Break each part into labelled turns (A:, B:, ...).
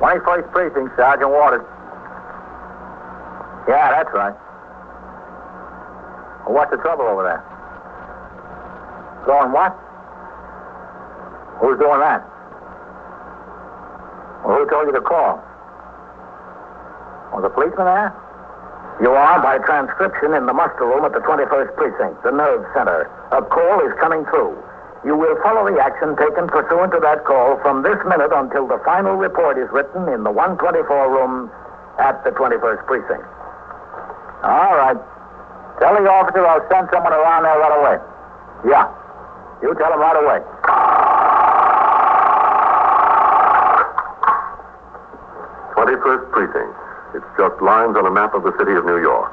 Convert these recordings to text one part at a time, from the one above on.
A: 21st Precinct, Sergeant Waters. Yeah, that's right. Well, what's the trouble over there? Going what? Who's doing that? Well, who told you to call? Was a policeman there? You are, by transcription, in the muster room at the 21st Precinct, the nerve center. A call is coming through. You will follow the action taken pursuant to that call from this minute until the final report is written in the 124 room at the 21st Precinct. All right. Tell the officer I'll send someone around there right away. Yeah. You tell him right away.
B: Twenty-first precinct. It's just lines on a map of the city of New York.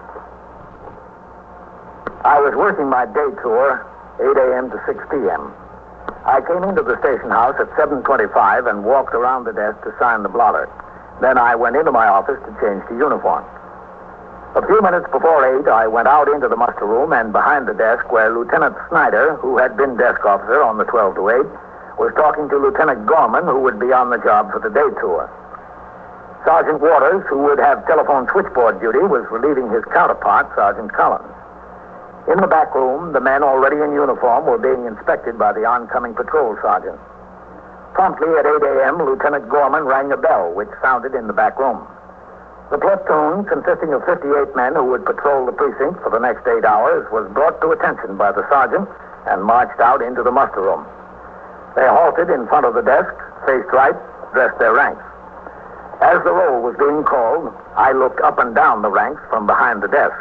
A: I was working my day tour, 8 a.m. to 6 p.m. I came into the station house at 7.25 and walked around the desk to sign the blotter. Then I went into my office to change to uniform. A few minutes before 8, I went out into the muster room and behind the desk where Lieutenant Snyder, who had been desk officer on the 12 to 8, was talking to Lieutenant Gorman, who would be on the job for the day tour. Sergeant Waters, who would have telephone switchboard duty, was relieving his counterpart, Sergeant Collins. In the back room, the men already in uniform were being inspected by the oncoming patrol sergeant. Promptly at 8 a.m., Lieutenant Gorman rang a bell, which sounded in the back room. The platoon, consisting of 58 men who would patrol the precinct for the next eight hours, was brought to attention by the sergeant and marched out into the muster room. They halted in front of the desk, faced right, dressed their ranks. As the roll was being called, I looked up and down the ranks from behind the desk.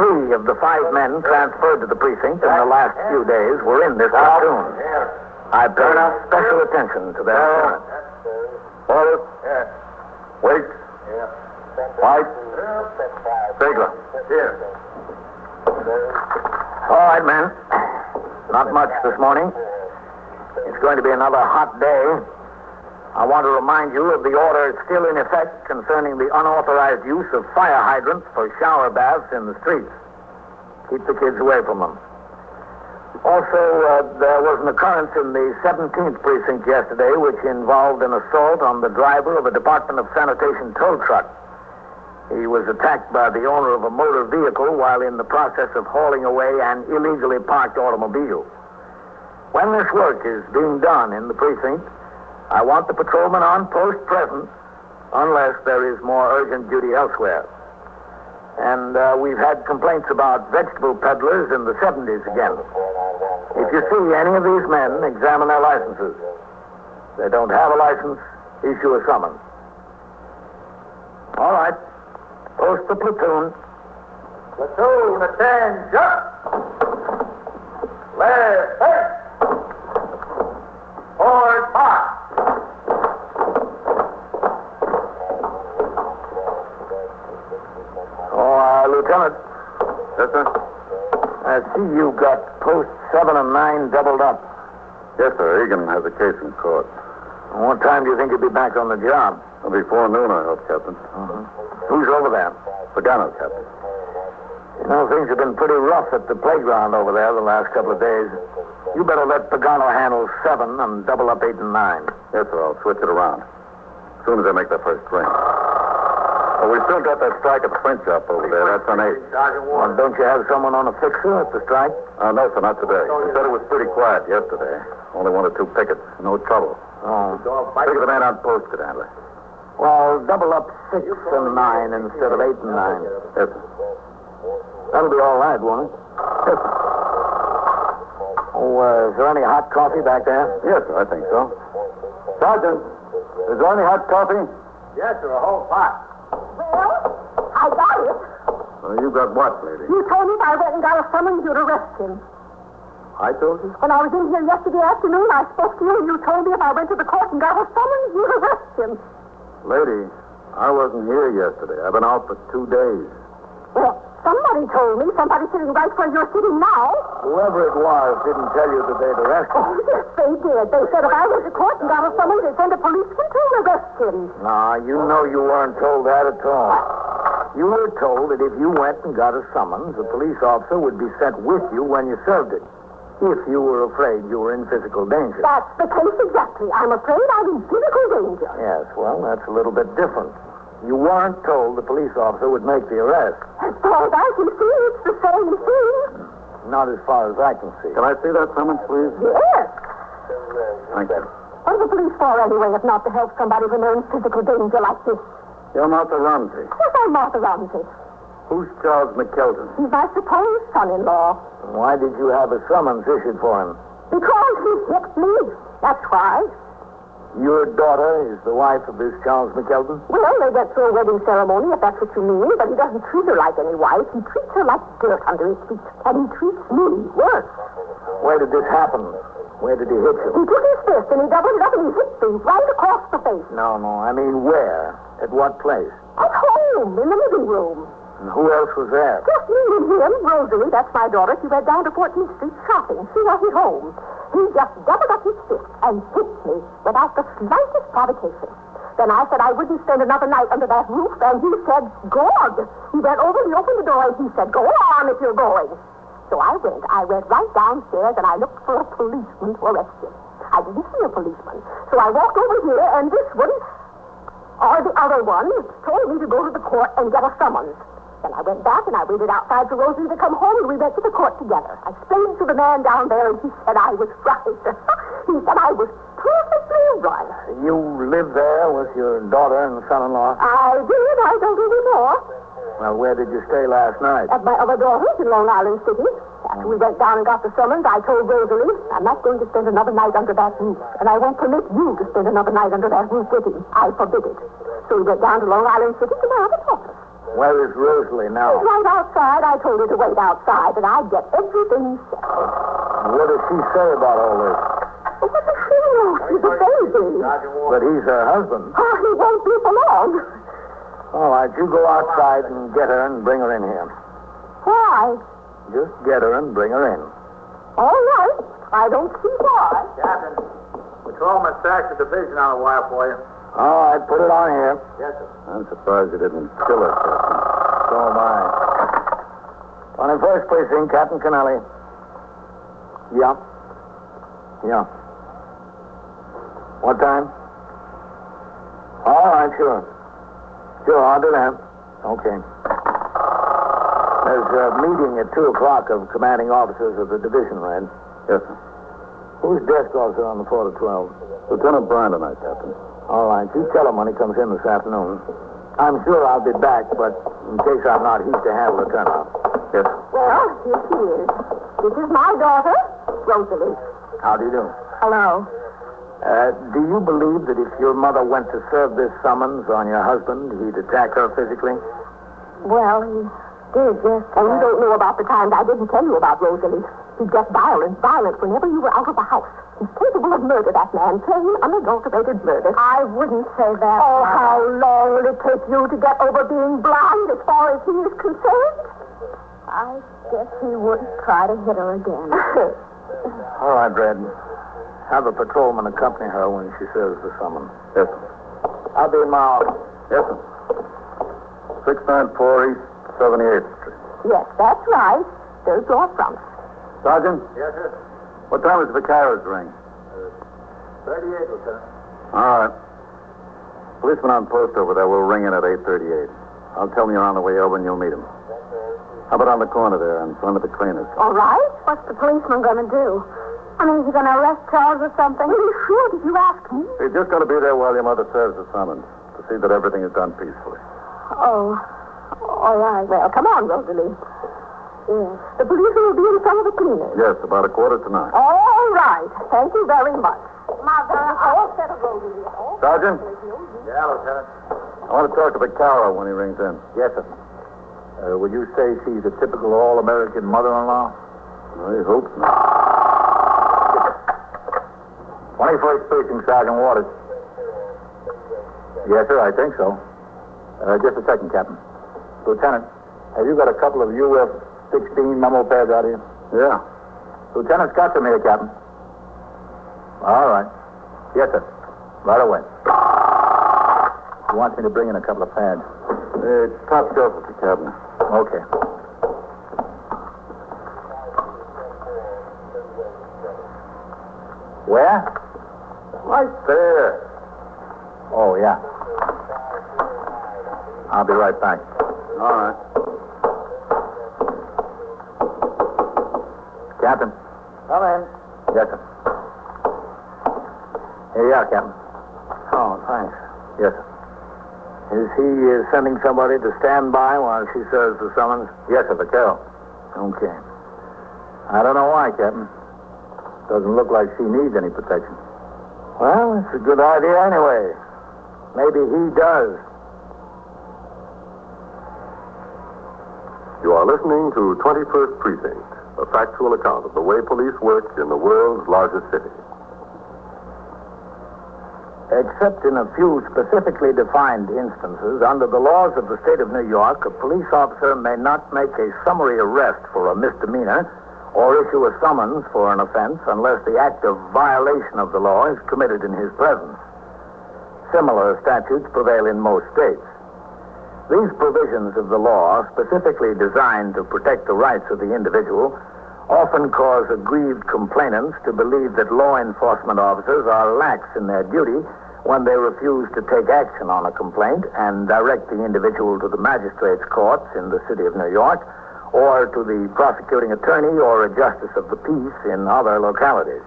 A: Three of the five men transferred to the precinct in the last few days were in this platoon. I paid special attention to their appearance.
B: Wallace. Wait. White. Fagler. Here.
A: All right, men. Not much this morning. It's going to be another hot day. I want to remind you of the order still in effect concerning the unauthorized use of fire hydrants for shower baths in the streets. Keep the kids away from them. Also, uh, there was an occurrence in the 17th precinct yesterday which involved an assault on the driver of a Department of Sanitation tow truck. He was attacked by the owner of a motor vehicle while in the process of hauling away an illegally parked automobile. When this work is being done in the precinct, I want the patrolman on post present unless there is more urgent duty elsewhere. And uh, we've had complaints about vegetable peddlers in the 70s again. If you see any of these men, examine their licenses. If they don't have a license, issue a summons. All right. Post the platoon.
C: Platoon, attend, jump! Left, first! Forward, march!
A: Oh, uh, Lieutenant,
B: Yes, sir.
A: I see you got post 7 and 9 doubled up.
B: Yes, sir. Egan has a case in court.
A: What time do you think you'll be back on the job?
B: Before noon, I hope, Captain.
A: Who's over there?
B: Pagano, Captain.
A: You know, things have been pretty rough at the playground over there the last couple of days. You better let Pagano handle 7 and double up 8 and 9.
B: Yes, sir. I'll switch it around. As soon as I make that first ring. Oh, we still got that strike at the print shop over there. That's on eight.
C: Sergeant
A: Well, don't you have someone on a fixer at the strike?
B: Uh, no, sir, not today. They said it was pretty quiet yesterday. Only one or two pickets. No trouble.
A: Oh.
B: Pick the man on post, could handle it.
A: Well, double up 6 and 9 instead of 8 and 9.
B: Yes, sir.
A: That'll be all right, won't it? Oh, uh, is there any hot coffee back there?
B: Yes, sir, I think so. Sergeant, is there any hot coffee?
C: Yes, sir, a whole pot.
D: Well, I got it.
B: Uh, you got what, lady?
D: You told me that I went and got a summons you to arrest him.
B: I told you.
D: When I was in here yesterday afternoon, I spoke to you and you told me if I went to the court and got a summons, you'd arrest him.
B: Lady,
A: I wasn't here yesterday. I've been out for two days.
D: Well, somebody told me. Somebody sitting right where you're sitting now.
A: Whoever it was didn't tell you the date of
D: Oh, yes, they did. They said if I went to court and got a summons, they'd send a policeman to arrest him.
A: Nah, you know you weren't told that at all. You were told that if you went and got a summons, a police officer would be sent with you when you served it, if you were afraid you were in physical danger.
D: That's the case exactly. I'm afraid I'm in physical danger.
A: Yes, well, that's a little bit different. You weren't told the police officer would make the arrest,
D: As far as I can see, it's the same thing.
A: not as far as I can see.
E: Can I see that summons, please?
D: Yes.
E: Thank you.
D: What are the police for anyway, if not to help somebody when they're in physical danger like this?
E: You're Martha Ramsey.
D: Yes, I'm Martha Ramsey.
E: Who's Charles McKeldin?
D: He's my supposed son-in-law.
A: Why did you have a summons issued for him?
D: Because he hit me. That's why.
A: Your daughter is the wife of this Charles McKeldin?
D: Well, they went through a wedding ceremony, if that's what you mean, but he doesn't treat her like any wife. He treats her like dirt under his feet. And he treats me worse.
A: Where did this happen? Where did he hit you?
D: He took his fist and he doubled it up and he hit me right across the face.
A: No, no, I mean where? At what place?
D: At home, in the living room.
A: And who else was there?
D: Just me and him, Rosary, that's my daughter. She went down to 14th Street shopping. She wasn't home. He just doubled up his fist and hit me without the slightest provocation. Then I said I wouldn't spend another night under that roof, and he said, Gord. He went over and he opened the door, and he said, Go on if you're going. So I went. I went right downstairs, and I looked for a policeman to arrest him. I didn't see a policeman. So I walked over here, and this one or the other one told me to go to the court and get a summons. Then I went back and I waited outside for Rosie to come home and we went to the court together. I explained to the man down there and he said I was right. he said I was perfectly right.
A: You lived there with your daughter and son-in-law?
D: I did, I don't anymore.
A: Well, where did you stay last night?
D: At my other daughter's in Long Island City. After we went down and got the summons, I told Rosalie, I'm not going to spend another night under that roof. And I won't permit you to spend another night under that roof with him. I forbid it. So we went down to Long Island City to my other daughter.
A: Where is Rosalie now?
D: Right outside. I told her to wait outside, and I'd get everything set.
A: What does she say about all this?
D: Oh, What the hell? She's a baby.
A: But he's her husband.
D: Oh, he won't be for long.
A: All right, you go outside and get her and bring her in here.
D: Why?
A: Just get her and bring her in.
D: All right. I don't see why.
C: Captain, Patrolman Sachs, the division on the wire for you.
A: All right, put it on here.
C: Yes, sir.
E: I'm surprised you didn't kill her, Captain.
A: So am I. 21st Precinct, Captain Kennelly. Yeah. Yeah. What time? All right, sure. Sure, I'll do that. Okay. There's a meeting at 2 o'clock of commanding officers of the division, Red.
E: Yes, sir.
A: Who's desk officer on the 4 to 12?
E: Lieutenant Bryan tonight, Captain.
A: All right, you tell him when he comes in this afternoon. I'm sure I'll be back, but in case I'm not, he's to handle the turnout.
E: Yes.
D: Well, here she is. This is my daughter, Rosalie.
A: How do you do?
D: Hello.
A: Uh, do you believe that if your mother went to serve this summons on your husband, he'd attack her physically?
D: Well, he did, yes. And you don't know about the times I didn't tell you about Rosalie. He'd get violent, violent whenever you were out of the house. He's capable of murder, that man. Plain, unadulterated murder. I wouldn't say that. Oh, how long will it take you to get over being blind as far as he is concerned? I guess he would try to hit her again.
A: All right, Red. Have a patrolman accompany her when she serves the summons.
E: Yes, sir.
A: I'll be in my office.
E: Yes, sir. 694 East 78th Street.
D: yes, that's right. There's your front.
E: Sergeant,
C: Yes, sir.
E: what time is the carriage ring?
C: 38, Lieutenant.
E: All right. Policeman on post over there will ring in at 8.38. I'll tell him you're on the way over and you'll meet him. How about on the corner there in front of the cleaners?
D: All right. What's the policeman going to do? I mean, is he going to arrest Charles or something? Are you sure? Did you ask me?
E: He's just going to be there while your mother serves the summons to see that everything is done peacefully.
D: Oh, all right. Well, come on, Rosalie. Yes. The policeman will be in front of the cleaners.
E: Yes, about a quarter to nine.
D: All right. Thank you very much. Mother, I'll settle Rosalie. Oh,
E: Sergeant,
C: Yeah, Lieutenant.
E: I want to talk to Vaccaro when he rings in.
A: Yes, sir. Uh, would you say she's a typical all-American mother-in-law?
E: I hope not.
A: 21st Precinct, Sergeant Waters. Yes, sir, I think so. Uh, just a second, Captain. Lieutenant, have you got a couple of UF 16 memo pads out here?
E: Yeah.
A: Lieutenant Scott's in here, Captain. All right. Yes, sir. Right away. He wants me to bring in a couple of pads.
E: Uh, top shelf at the cabinet.
A: Okay. Where?
E: Right there.
A: Oh, yeah. I'll be right back.
E: All right.
A: Captain.
C: Come in.
A: Yes, sir. Here you are, Captain. Oh, thanks. Yes, sir. Is he uh, sending somebody to stand by while she serves the summons? Yes, sir, Vaquero. Okay. I don't know why, Captain. Doesn't look like she needs any protection. Well, it's a good idea anyway. Maybe he does.
B: You are listening to 21st Precinct, a factual account of the way police work in the world's largest city.
A: Except in a few specifically defined instances, under the laws of the state of New York, a police officer may not make a summary arrest for a misdemeanor or issue a summons for an offense unless the act of violation of the law is committed in his presence. Similar statutes prevail in most states. These provisions of the law, specifically designed to protect the rights of the individual, often cause aggrieved complainants to believe that law enforcement officers are lax in their duty when they refuse to take action on a complaint and direct the individual to the magistrates' courts in the city of New York or to the prosecuting attorney or a justice of the peace in other localities.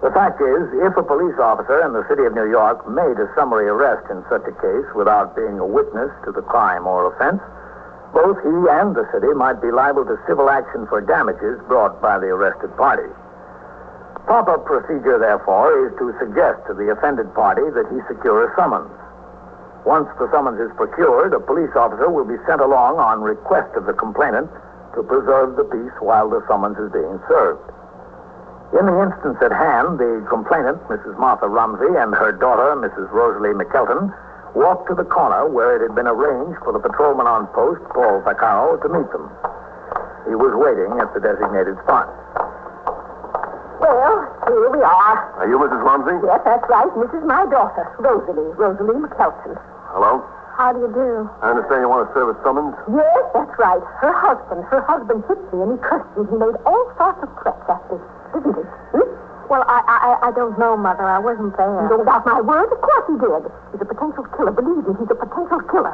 A: The fact is, if a police officer in the city of New York made a summary arrest in such a case without being a witness to the crime or offense, both he and the city might be liable to civil action for damages brought by the arrested party. Proper procedure, therefore, is to suggest to the offended party that he secure a summons. Once the summons is procured, a police officer will be sent along on request of the complainant to preserve the peace while the summons is being served. In the instance at hand, the complainant, Mrs. Martha Rumsey, and her daughter, Mrs. Rosalie McKelton, walked to the corner where it had been arranged for the patrolman on post, Paul Vaccaro, to meet them. He was waiting at the designated spot.
D: Well, here we are.
B: Are you Mrs. Lumsey?
D: Yes, that's right. And this is my daughter, Rosalie, Rosalie McKelton.
B: Hello?
D: How do you do?
B: I understand you want to serve a summons?
D: Yes, that's right. Her husband, her husband hit me and he cursed me. He made all sorts of threats at me, didn't he? Hmm?
F: Well, I, I, I don't know, Mother. I wasn't there.
D: Don't doubt my word. Of course he did. He's a potential killer. Believe me, he's a potential killer.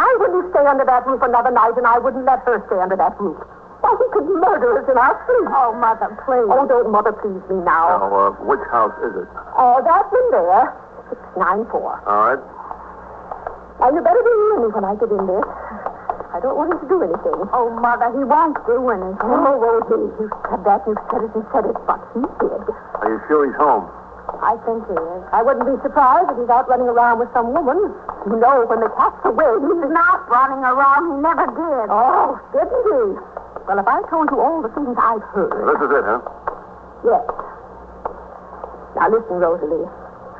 D: I wouldn't stay under that roof another night, and I wouldn't let her stay under that roof. Why, he could murder us in our sleep.
F: Oh, Mother, please. Oh.
D: Oh, don't mother please me now.
B: Now, uh, which house is it?
D: Oh, that one there, 694.
B: All right.
D: And you better be in when I get in there. I don't want him to do anything.
F: Oh, Mother, he won't do anything.
D: Oh, Rosie, you said that, you said it, you said it, but he did.
B: Are you sure he's home?
D: I think he is. I wouldn't be surprised if he's out running around with some woman. You know, when the cat's away, he's
F: He's not running around. He never did.
D: Oh, didn't he? Well, if I told you all the things I've heard,
B: This is it, huh?
D: yes. Now listen, Rosalie.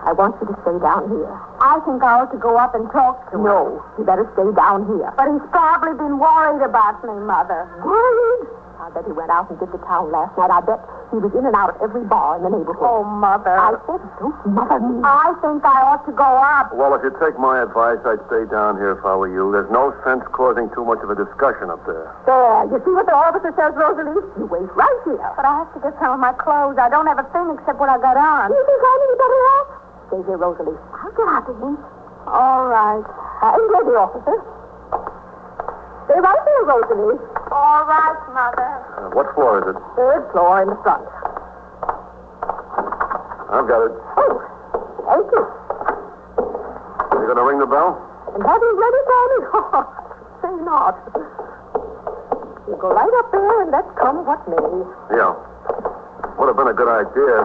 D: I want you to stay down here.
F: I think I ought to go up and talk to him.
D: No, you better stay down here.
F: But he's probably been worried about me, Mother.
D: Worried? I bet he went out and did the town last night. I bet he was in and out of every bar in the neighborhood.
F: Oh, Mother.
D: I said, don't mother me.
F: I think I ought to go up.
B: Well, if you take my advice, I'd stay down here if I were you. There's no sense causing too much of a discussion up there.
D: There, you see what the officer says, Rosalie? You wait right here.
F: But I have to get some of my clothes. I don't have a thing except what I got
D: Do
F: on.
D: you think I knew better off? Stay here, Rosalie. I'll get out of here.
F: All right.
D: Uh, and ready, officer. Stay right there, Rosalie.
F: All right, Mother.
B: Uh, what floor is it?
D: Third floor in the front.
B: I've got it.
D: Oh, thank you.
B: You going to ring the bell?
D: And that is ready for me. Oh, say not. You go right up there, and that's come what may.
B: Yeah. Would have been a good idea.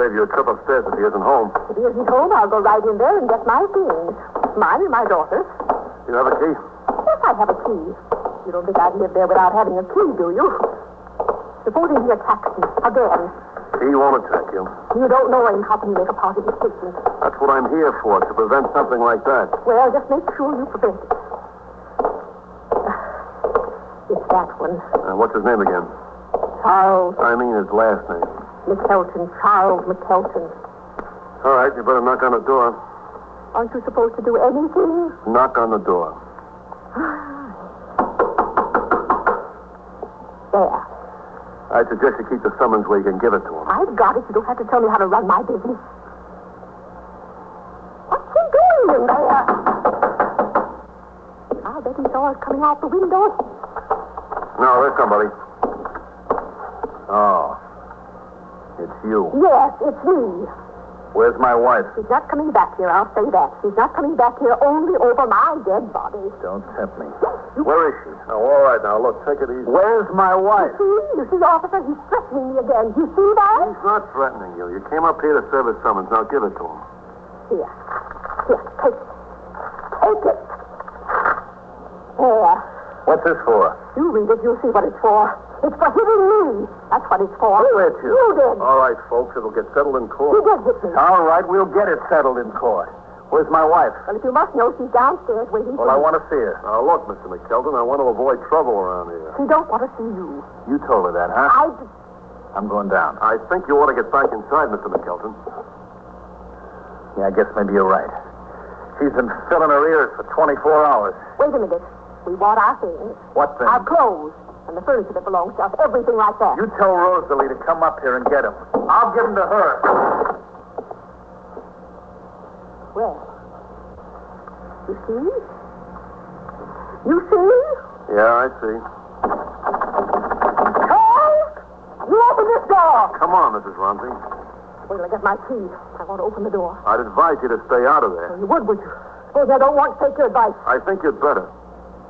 B: Save you a trip upstairs if he isn't home.
D: If he isn't home, I'll go right in there and get my things. Mine and my daughter's.
B: You have a key?
D: Yes, I have a key. You don't think I'd live there without having a key, do you? Supposing he attacks me again.
B: He won't attack you.
D: You don't know him. How can you make a party mistake, Nick?
B: That's what I'm here for, to prevent something like that.
D: Well, just make sure you prevent it. It's that one.
B: Uh, what's his name again?
D: Charles
B: I mean his last name.
D: McKelton. Charles McKelton.
B: All right, you better knock on the door.
D: Aren't you supposed to do anything?
B: Knock on the door.
D: There.
B: I suggest you keep the summons where you can give it to him.
D: I've got it. You don't have to tell me how to run my business. What's he doing in there? I'll bet he saw us coming out the window.
B: No, there's somebody. Oh. It's you.
D: Yes, it's me.
B: Where's my wife?
D: She's not coming back here. I'll say that. She's not coming back here only over my dead body.
B: Don't tempt me.
D: You
B: Where is she? Oh, all right now. Look, take it easy.
E: Where's my wife?
D: see? You see, officer? He's threatening me again. You see that?
B: He's not threatening you. You came up here to serve his summons. Now give it to him.
D: Here. Here, take it. Take it. There.
B: What's this for?
D: You read it. You'll see what it's for. It's for hitting me. That's what it's for.
B: Who hit you?
D: You did.
B: All right, folks. It'll get settled in
D: You
B: court.
D: did hit me.
E: All right, we'll get it settled in court. Where's my wife?
D: Well, if you must know, she's downstairs waiting
E: Well,
D: for
E: I
D: you.
E: want to see her.
B: Now, look, Mr. McKeldin, I want to avoid trouble around here.
D: She don't want to see you.
E: You told her that, huh?
D: I...
E: I'm going down.
B: I think you ought to get back inside, Mr. McKeldin.
E: Yeah, I guess maybe you're right. She's been filling her ears for 24 hours.
D: Wait a minute. We want our things.
E: What thing?
D: Our clothes. And the furniture that belongs to us. Everything like that.
E: You tell Rosalie to come up here and get him. I'll give him to her.
D: Well, you see? You see?
B: Yeah, I see.
D: Charles, you open this door.
B: Come on, Mrs. Romsey.
D: Wait till I get my key. I want to open the door.
B: I'd advise you to stay out of there.
D: You would, would you? Suppose I don't want to take your advice.
B: I think you'd better.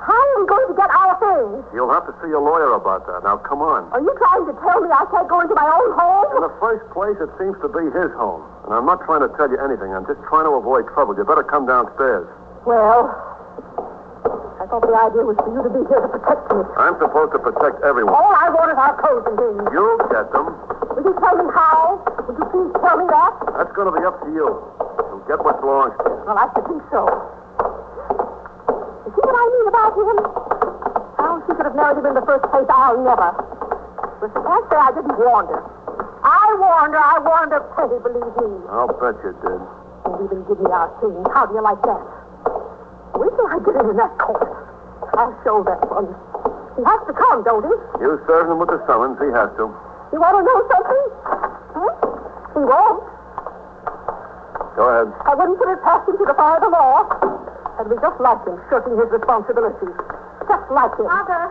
D: How are we going to get our things?
B: You'll have to see a lawyer about that. Now, come on.
D: Are you trying to tell me I can't go into my
B: In
D: own home?
B: the first place, it seems to be his home. And I'm not trying to tell you anything. I'm just trying to avoid trouble. You better come downstairs.
D: Well, I thought the idea was for you to be here to protect me.
B: I'm supposed to protect everyone.
D: All I want is our clothes and things.
B: You'll get them.
D: Would you tell me how? Would you please tell me that?
B: That's going to be up to you. You'll get what belongs to you.
D: Well, I should think so. You see what I mean about him? How she could have married him in the first place, I'll never. But she can't say I didn't warn her. I warned her. I warned her plenty, believe me.
B: I'll bet you did.
D: And even give me our things. How do you like that? Wait till I get into that court. I'll show that one. He has to come, don't he?
B: You served him with the summons. He has to.
D: You want to know something? Hmm? He won't.
B: Go ahead.
D: I wouldn't put it past him to defy the law. And we just like him shirking his responsibilities. Just like him.
F: Mother.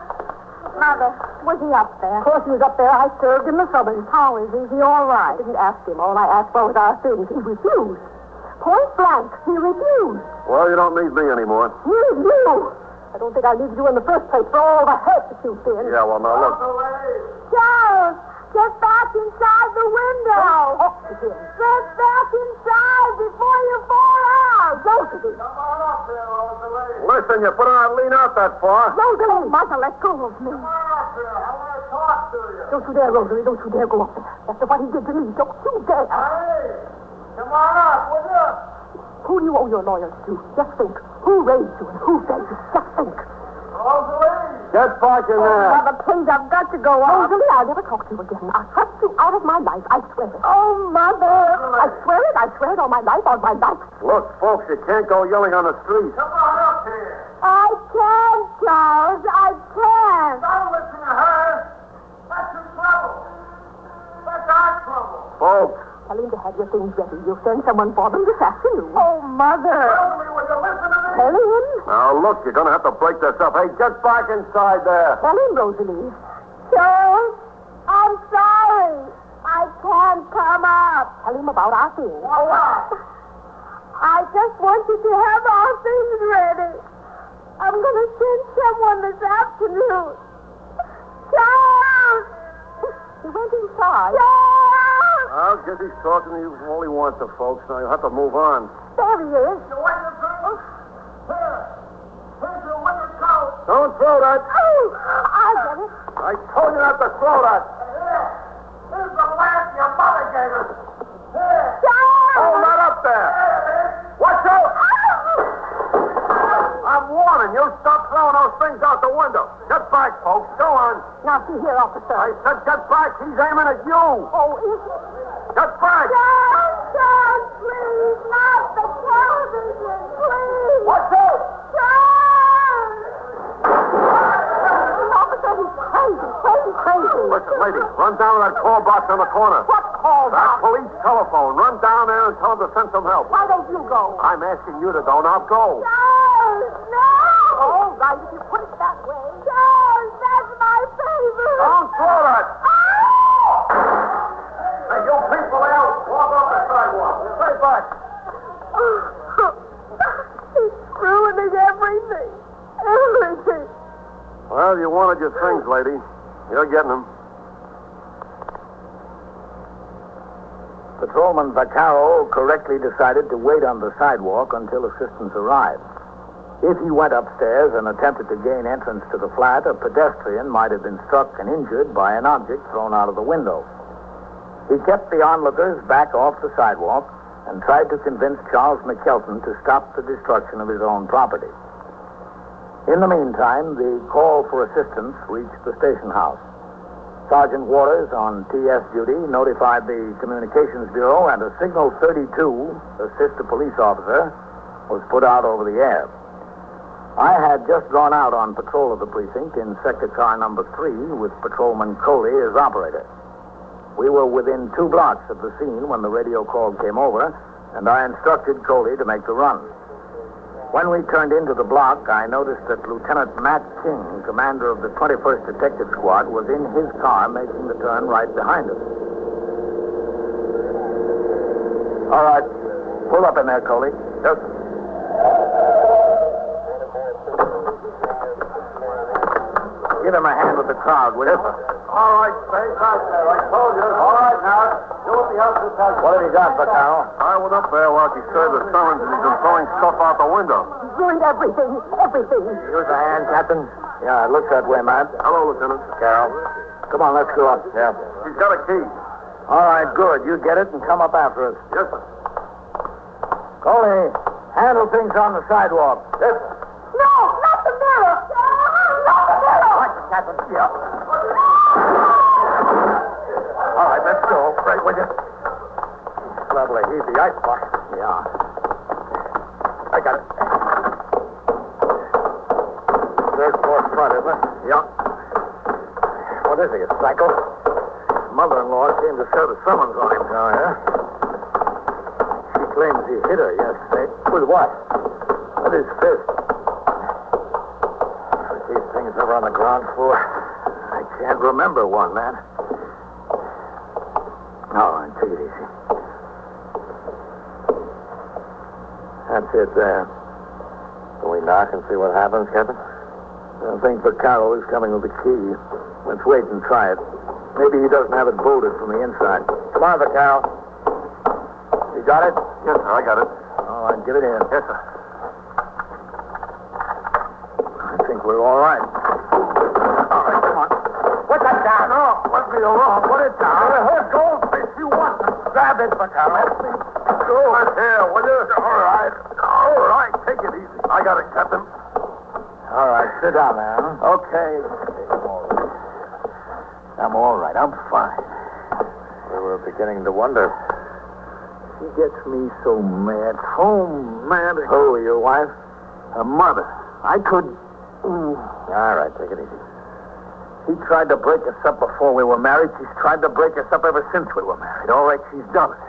F: Mother. Was he up there?
D: Of course, he was up there. I served him the summons. How is he? Is he all right? I didn't ask him. All I asked for was our things. He refused. Point blank, he refused.
B: Well, you don't need me anymore.
D: You, you. I don't think I needed you in the first place for all the hurt that you've been.
B: Yeah, well, now look.
F: Charles, get back inside the window.
D: Talk to him.
F: Get back inside before you fall out.
D: Rosalie.
B: Listen, you put on lean out that far.
D: Rosalie. Oh, Martha, let go of me.
C: Hey,
D: Don't you dare, Rosalie. Don't you dare go up there. After what he did to me, don't you dare.
C: come on up, will you?
D: Who do you owe your loyalty to? Just think. Who raised you and who fed you? Just think.
C: Rosalie!
B: Get back in there.
F: Mother, please, I've got to go on.
D: Rosalie, Oh, I'll never talk to you again. I'll cut you out of my life. I swear it.
F: Oh, Mother.
D: I swear it. I swear it on my life, on my life.
B: Look, folks, you can't go yelling on the street.
C: Come on up here!
F: I can't, Charles. I can't.
C: Don't listen to her! That's the trouble! That's our trouble!
B: Folks,
D: Tell him to have your things ready. You'll send someone for them this afternoon.
F: Oh, Mother.
C: Rosalie, will you listen to me?
D: Tell him.
B: now look, you're going to have to break this up. Hey, get back inside there.
D: Tell him, Rosalie.
F: Charles, I'm sorry. I can't come up.
D: Tell him about our things.
C: All right.
F: I just wanted to have our things ready. I'm going to send someone this afternoon. Charles!
D: He went inside.
F: Charles!
B: I'll guess he's talking to you all he wants to, folks. Now you'll have to move on.
D: There he is.
C: You want your girl? Here. Here's your winter coat.
B: Don't throw that.
D: Oh, I get it.
B: I told you not to throw that.
C: Here. Here's the lamp you your mother gave us. Here.
B: Hold that Oh, up there! Watch out!
D: Oh!
B: I'm warning you, stop throwing those things out the window. Get back, folks. Go on.
D: Now, see here, officer.
B: I said get back. He's aiming at you.
D: Oh, is it?
B: Get back!
F: John, John, please, not the television, please.
B: Watch out!
F: John!
D: Officer, he's crazy, crazy, crazy.
B: Listen, lady, run down to that call box on the corner.
D: What call
B: That
D: box?
B: police telephone. Run down there and tell them to send some help.
D: Why don't you go?
B: I'm asking you to go now. Go.
F: John, no!
D: All right, if you put it that way.
F: John, that's my favorite. Ah!
B: Don't throw that.
C: Hey, you people out. Walk off the sidewalk. Stay back.
F: He's ruining everything. Everything.
B: Well, you wanted your things, lady. You're getting them.
A: Patrolman Vaccaro correctly decided to wait on the sidewalk until assistance arrived. If he went upstairs and attempted to gain entrance to the flat, a pedestrian might have been struck and injured by an object thrown out of the window. He kept the onlookers back off the sidewalk and tried to convince Charles McKelton to stop the destruction of his own property. In the meantime, the call for assistance reached the station house. Sergeant Waters on TS duty notified the Communications Bureau, and a signal 32, assist a police officer, was put out over the air. I had just gone out on patrol of the precinct in sector car number three with Patrolman Coley as operator. We were within two blocks of the scene when the radio call came over, and I instructed Coley to make the run. When we turned into the block, I noticed that Lieutenant Matt King, commander of the 21st Detective Squad, was in his car making the turn right behind us. All right, pull up in there, Coley. Yes. Give him a hand with the crowd, will you?
B: All right, stay back there. I told you. All right, now. You will be out to tell
A: What have you got, Vaccaro?
B: I went up there while she served the summons and he's been throwing stuff out the window.
D: He's ruined everything, everything.
A: Use a hand, Captain. Yeah, it looks that way, Matt.
B: Hello, Lieutenant.
A: Carol. Come on, let's go up. Yeah.
B: She's got a key.
A: All right, good. You get it and come up after us.
B: Yes, sir.
A: Coley, handle things on the sidewalk.
B: Yes.
D: No, not the mirror. Not the mirror.
A: Captain, yeah. All right, let's go. Right with you. Lovely. He's the ice box. Yeah. I got it. Third floor front, isn't it? Yeah. What is he, a psycho? Mother-in-law came to serve a summons on him. Oh, yeah? She claims he hit her yesterday. With what? With his fist. Put these things over on the ground floor. I can't remember one, man. All right, take it easy. That's it there. Can we knock and see what happens, Captain? I think Vaccaro is coming with the key. Let's wait and try it. Maybe he doesn't have it bolted from the inside. Come on, Vaccaro. You got it?
B: Yes, sir. I got it.
A: All right, give it in.
B: Yes, sir.
A: I think we're all right. All right, come on. Put that down. No, let me alone. Put it down. I heard goldfish. You want them. Grab it, Vaccaro. Let me
B: Go right here, will you? All right. All right. Take it easy. I got it, Captain.
A: All right, sit down now. Okay. I'm all right. I'm fine. We were beginning to wonder. She gets me so mad. So mad. Who, your wife? Her mother. I could. mm. All right, take it easy. She tried to break us up before we were married. She's tried to break us up ever since we were married. All right, she's done it.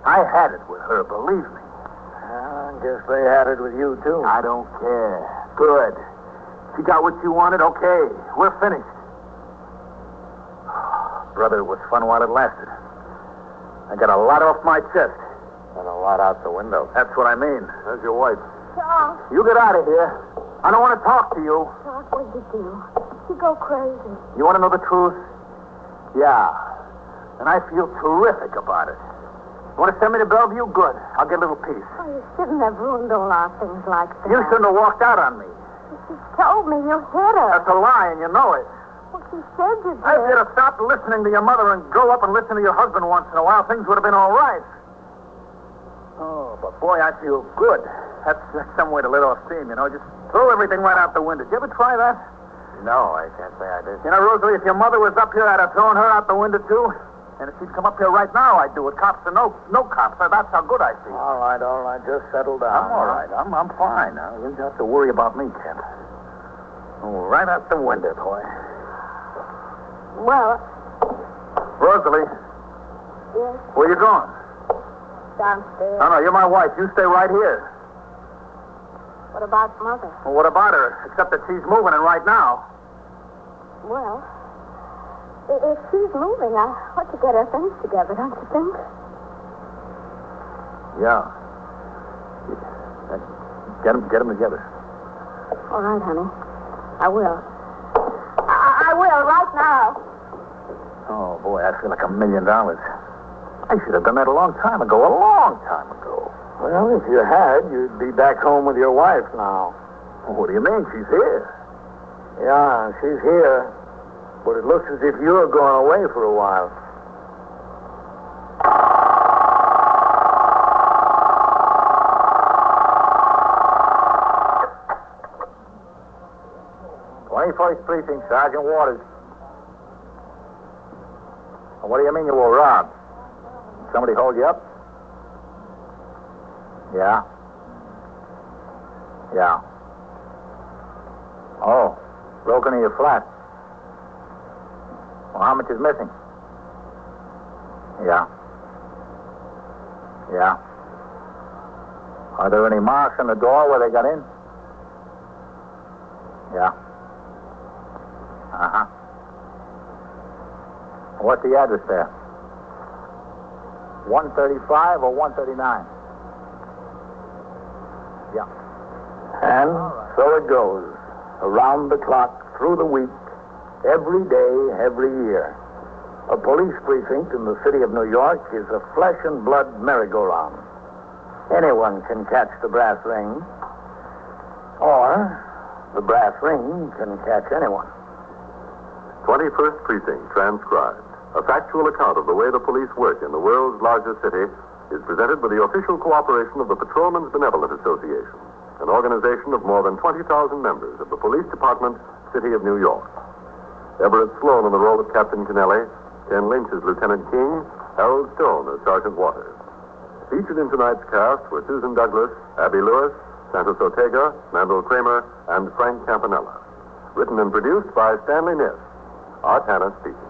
A: I had it with her, believe me. I guess they had it with you, too. I don't care. Good. She got what you wanted? Okay. We're finished. Brother, it was fun while it lasted. I got a lot off my chest. And a lot out the window. That's what I mean.
B: There's your wife.
F: John,
A: You get out of here. I don't want to talk to you.
F: John, what did you do? You go crazy.
A: You want to know the truth? Yeah. And I feel terrific about it. You want to send me to Bellevue? Good. I'll get a little piece.
F: Oh, you shouldn't have ruined all our things like that.
A: You shouldn't have walked out on me.
F: You told me you hit her.
A: That's a lie, and you know it.
F: Well, she said you
A: If
F: did.
A: you'd have stopped listening to your mother and go up and listen to your husband once in a while, things would have been all right. Oh, but boy, I feel good. That's, that's some way to let off steam, you know. Just throw everything right out the window. Did you ever try that?
E: No, I can't say I did.
A: You know, Rosalie, if your mother was up here, I'd have thrown her out the window, too. And if she'd come up here right now, I'd do it. Cops or no, no cops. Uh, That's how good I feel.
E: All right, all right. Just settle down.
A: I'm all right. I'm, I'm fine. Now. You don't have to worry about me, Kent. Oh, right out the window, boy.
F: Well,
A: Rosalie,
F: yes,
A: where you going?
F: downstairs.
A: No, no, you're my wife. You stay right here.
F: What about Mother?
A: Well, what about her? Except that she's moving and right now.
F: Well, i- if she's moving, I ought to get her things together, don't you think?
A: Yeah. Get them, get them together.
F: All right, honey. I will. I, I will right now.
A: Oh, boy, I feel like a million dollars. I should have done that a long time ago, a long time ago.
E: Well, if you had, you'd be back home with your wife now.
A: What do you mean? She's here.
E: Yeah, she's here. But it looks as if you're going away for a while.
A: Twenty-first precinct, Sergeant Waters. What do you mean you were robbed? Somebody hold you up? Yeah. Yeah. Oh, broke into your flat. Well, how much is missing? Yeah. Yeah. Are there any marks on the door where they got in? Yeah. Uh-huh. What's the address there? 135 or 139? Yeah.
E: And so it goes, around the clock, through the week, every day, every year. A police precinct in the city of New York is a flesh and blood merry-go-round. Anyone can catch the brass ring, or the brass ring can catch anyone.
B: 21st Precinct, transcribed. A factual account of the way the police work in the world's largest city is presented with the official cooperation of the Patrolmen's Benevolent Association, an organization of more than 20,000 members of the Police Department, City of New York. Everett Sloan in the role of Captain Kennelly, Ken Lynch as Lieutenant King, Harold Stone as Sergeant Waters. Featured in tonight's cast were Susan Douglas, Abby Lewis, Santos Ortega, Mandel Kramer, and Frank Campanella. Written and produced by Stanley Niss. Art Hannah speaking.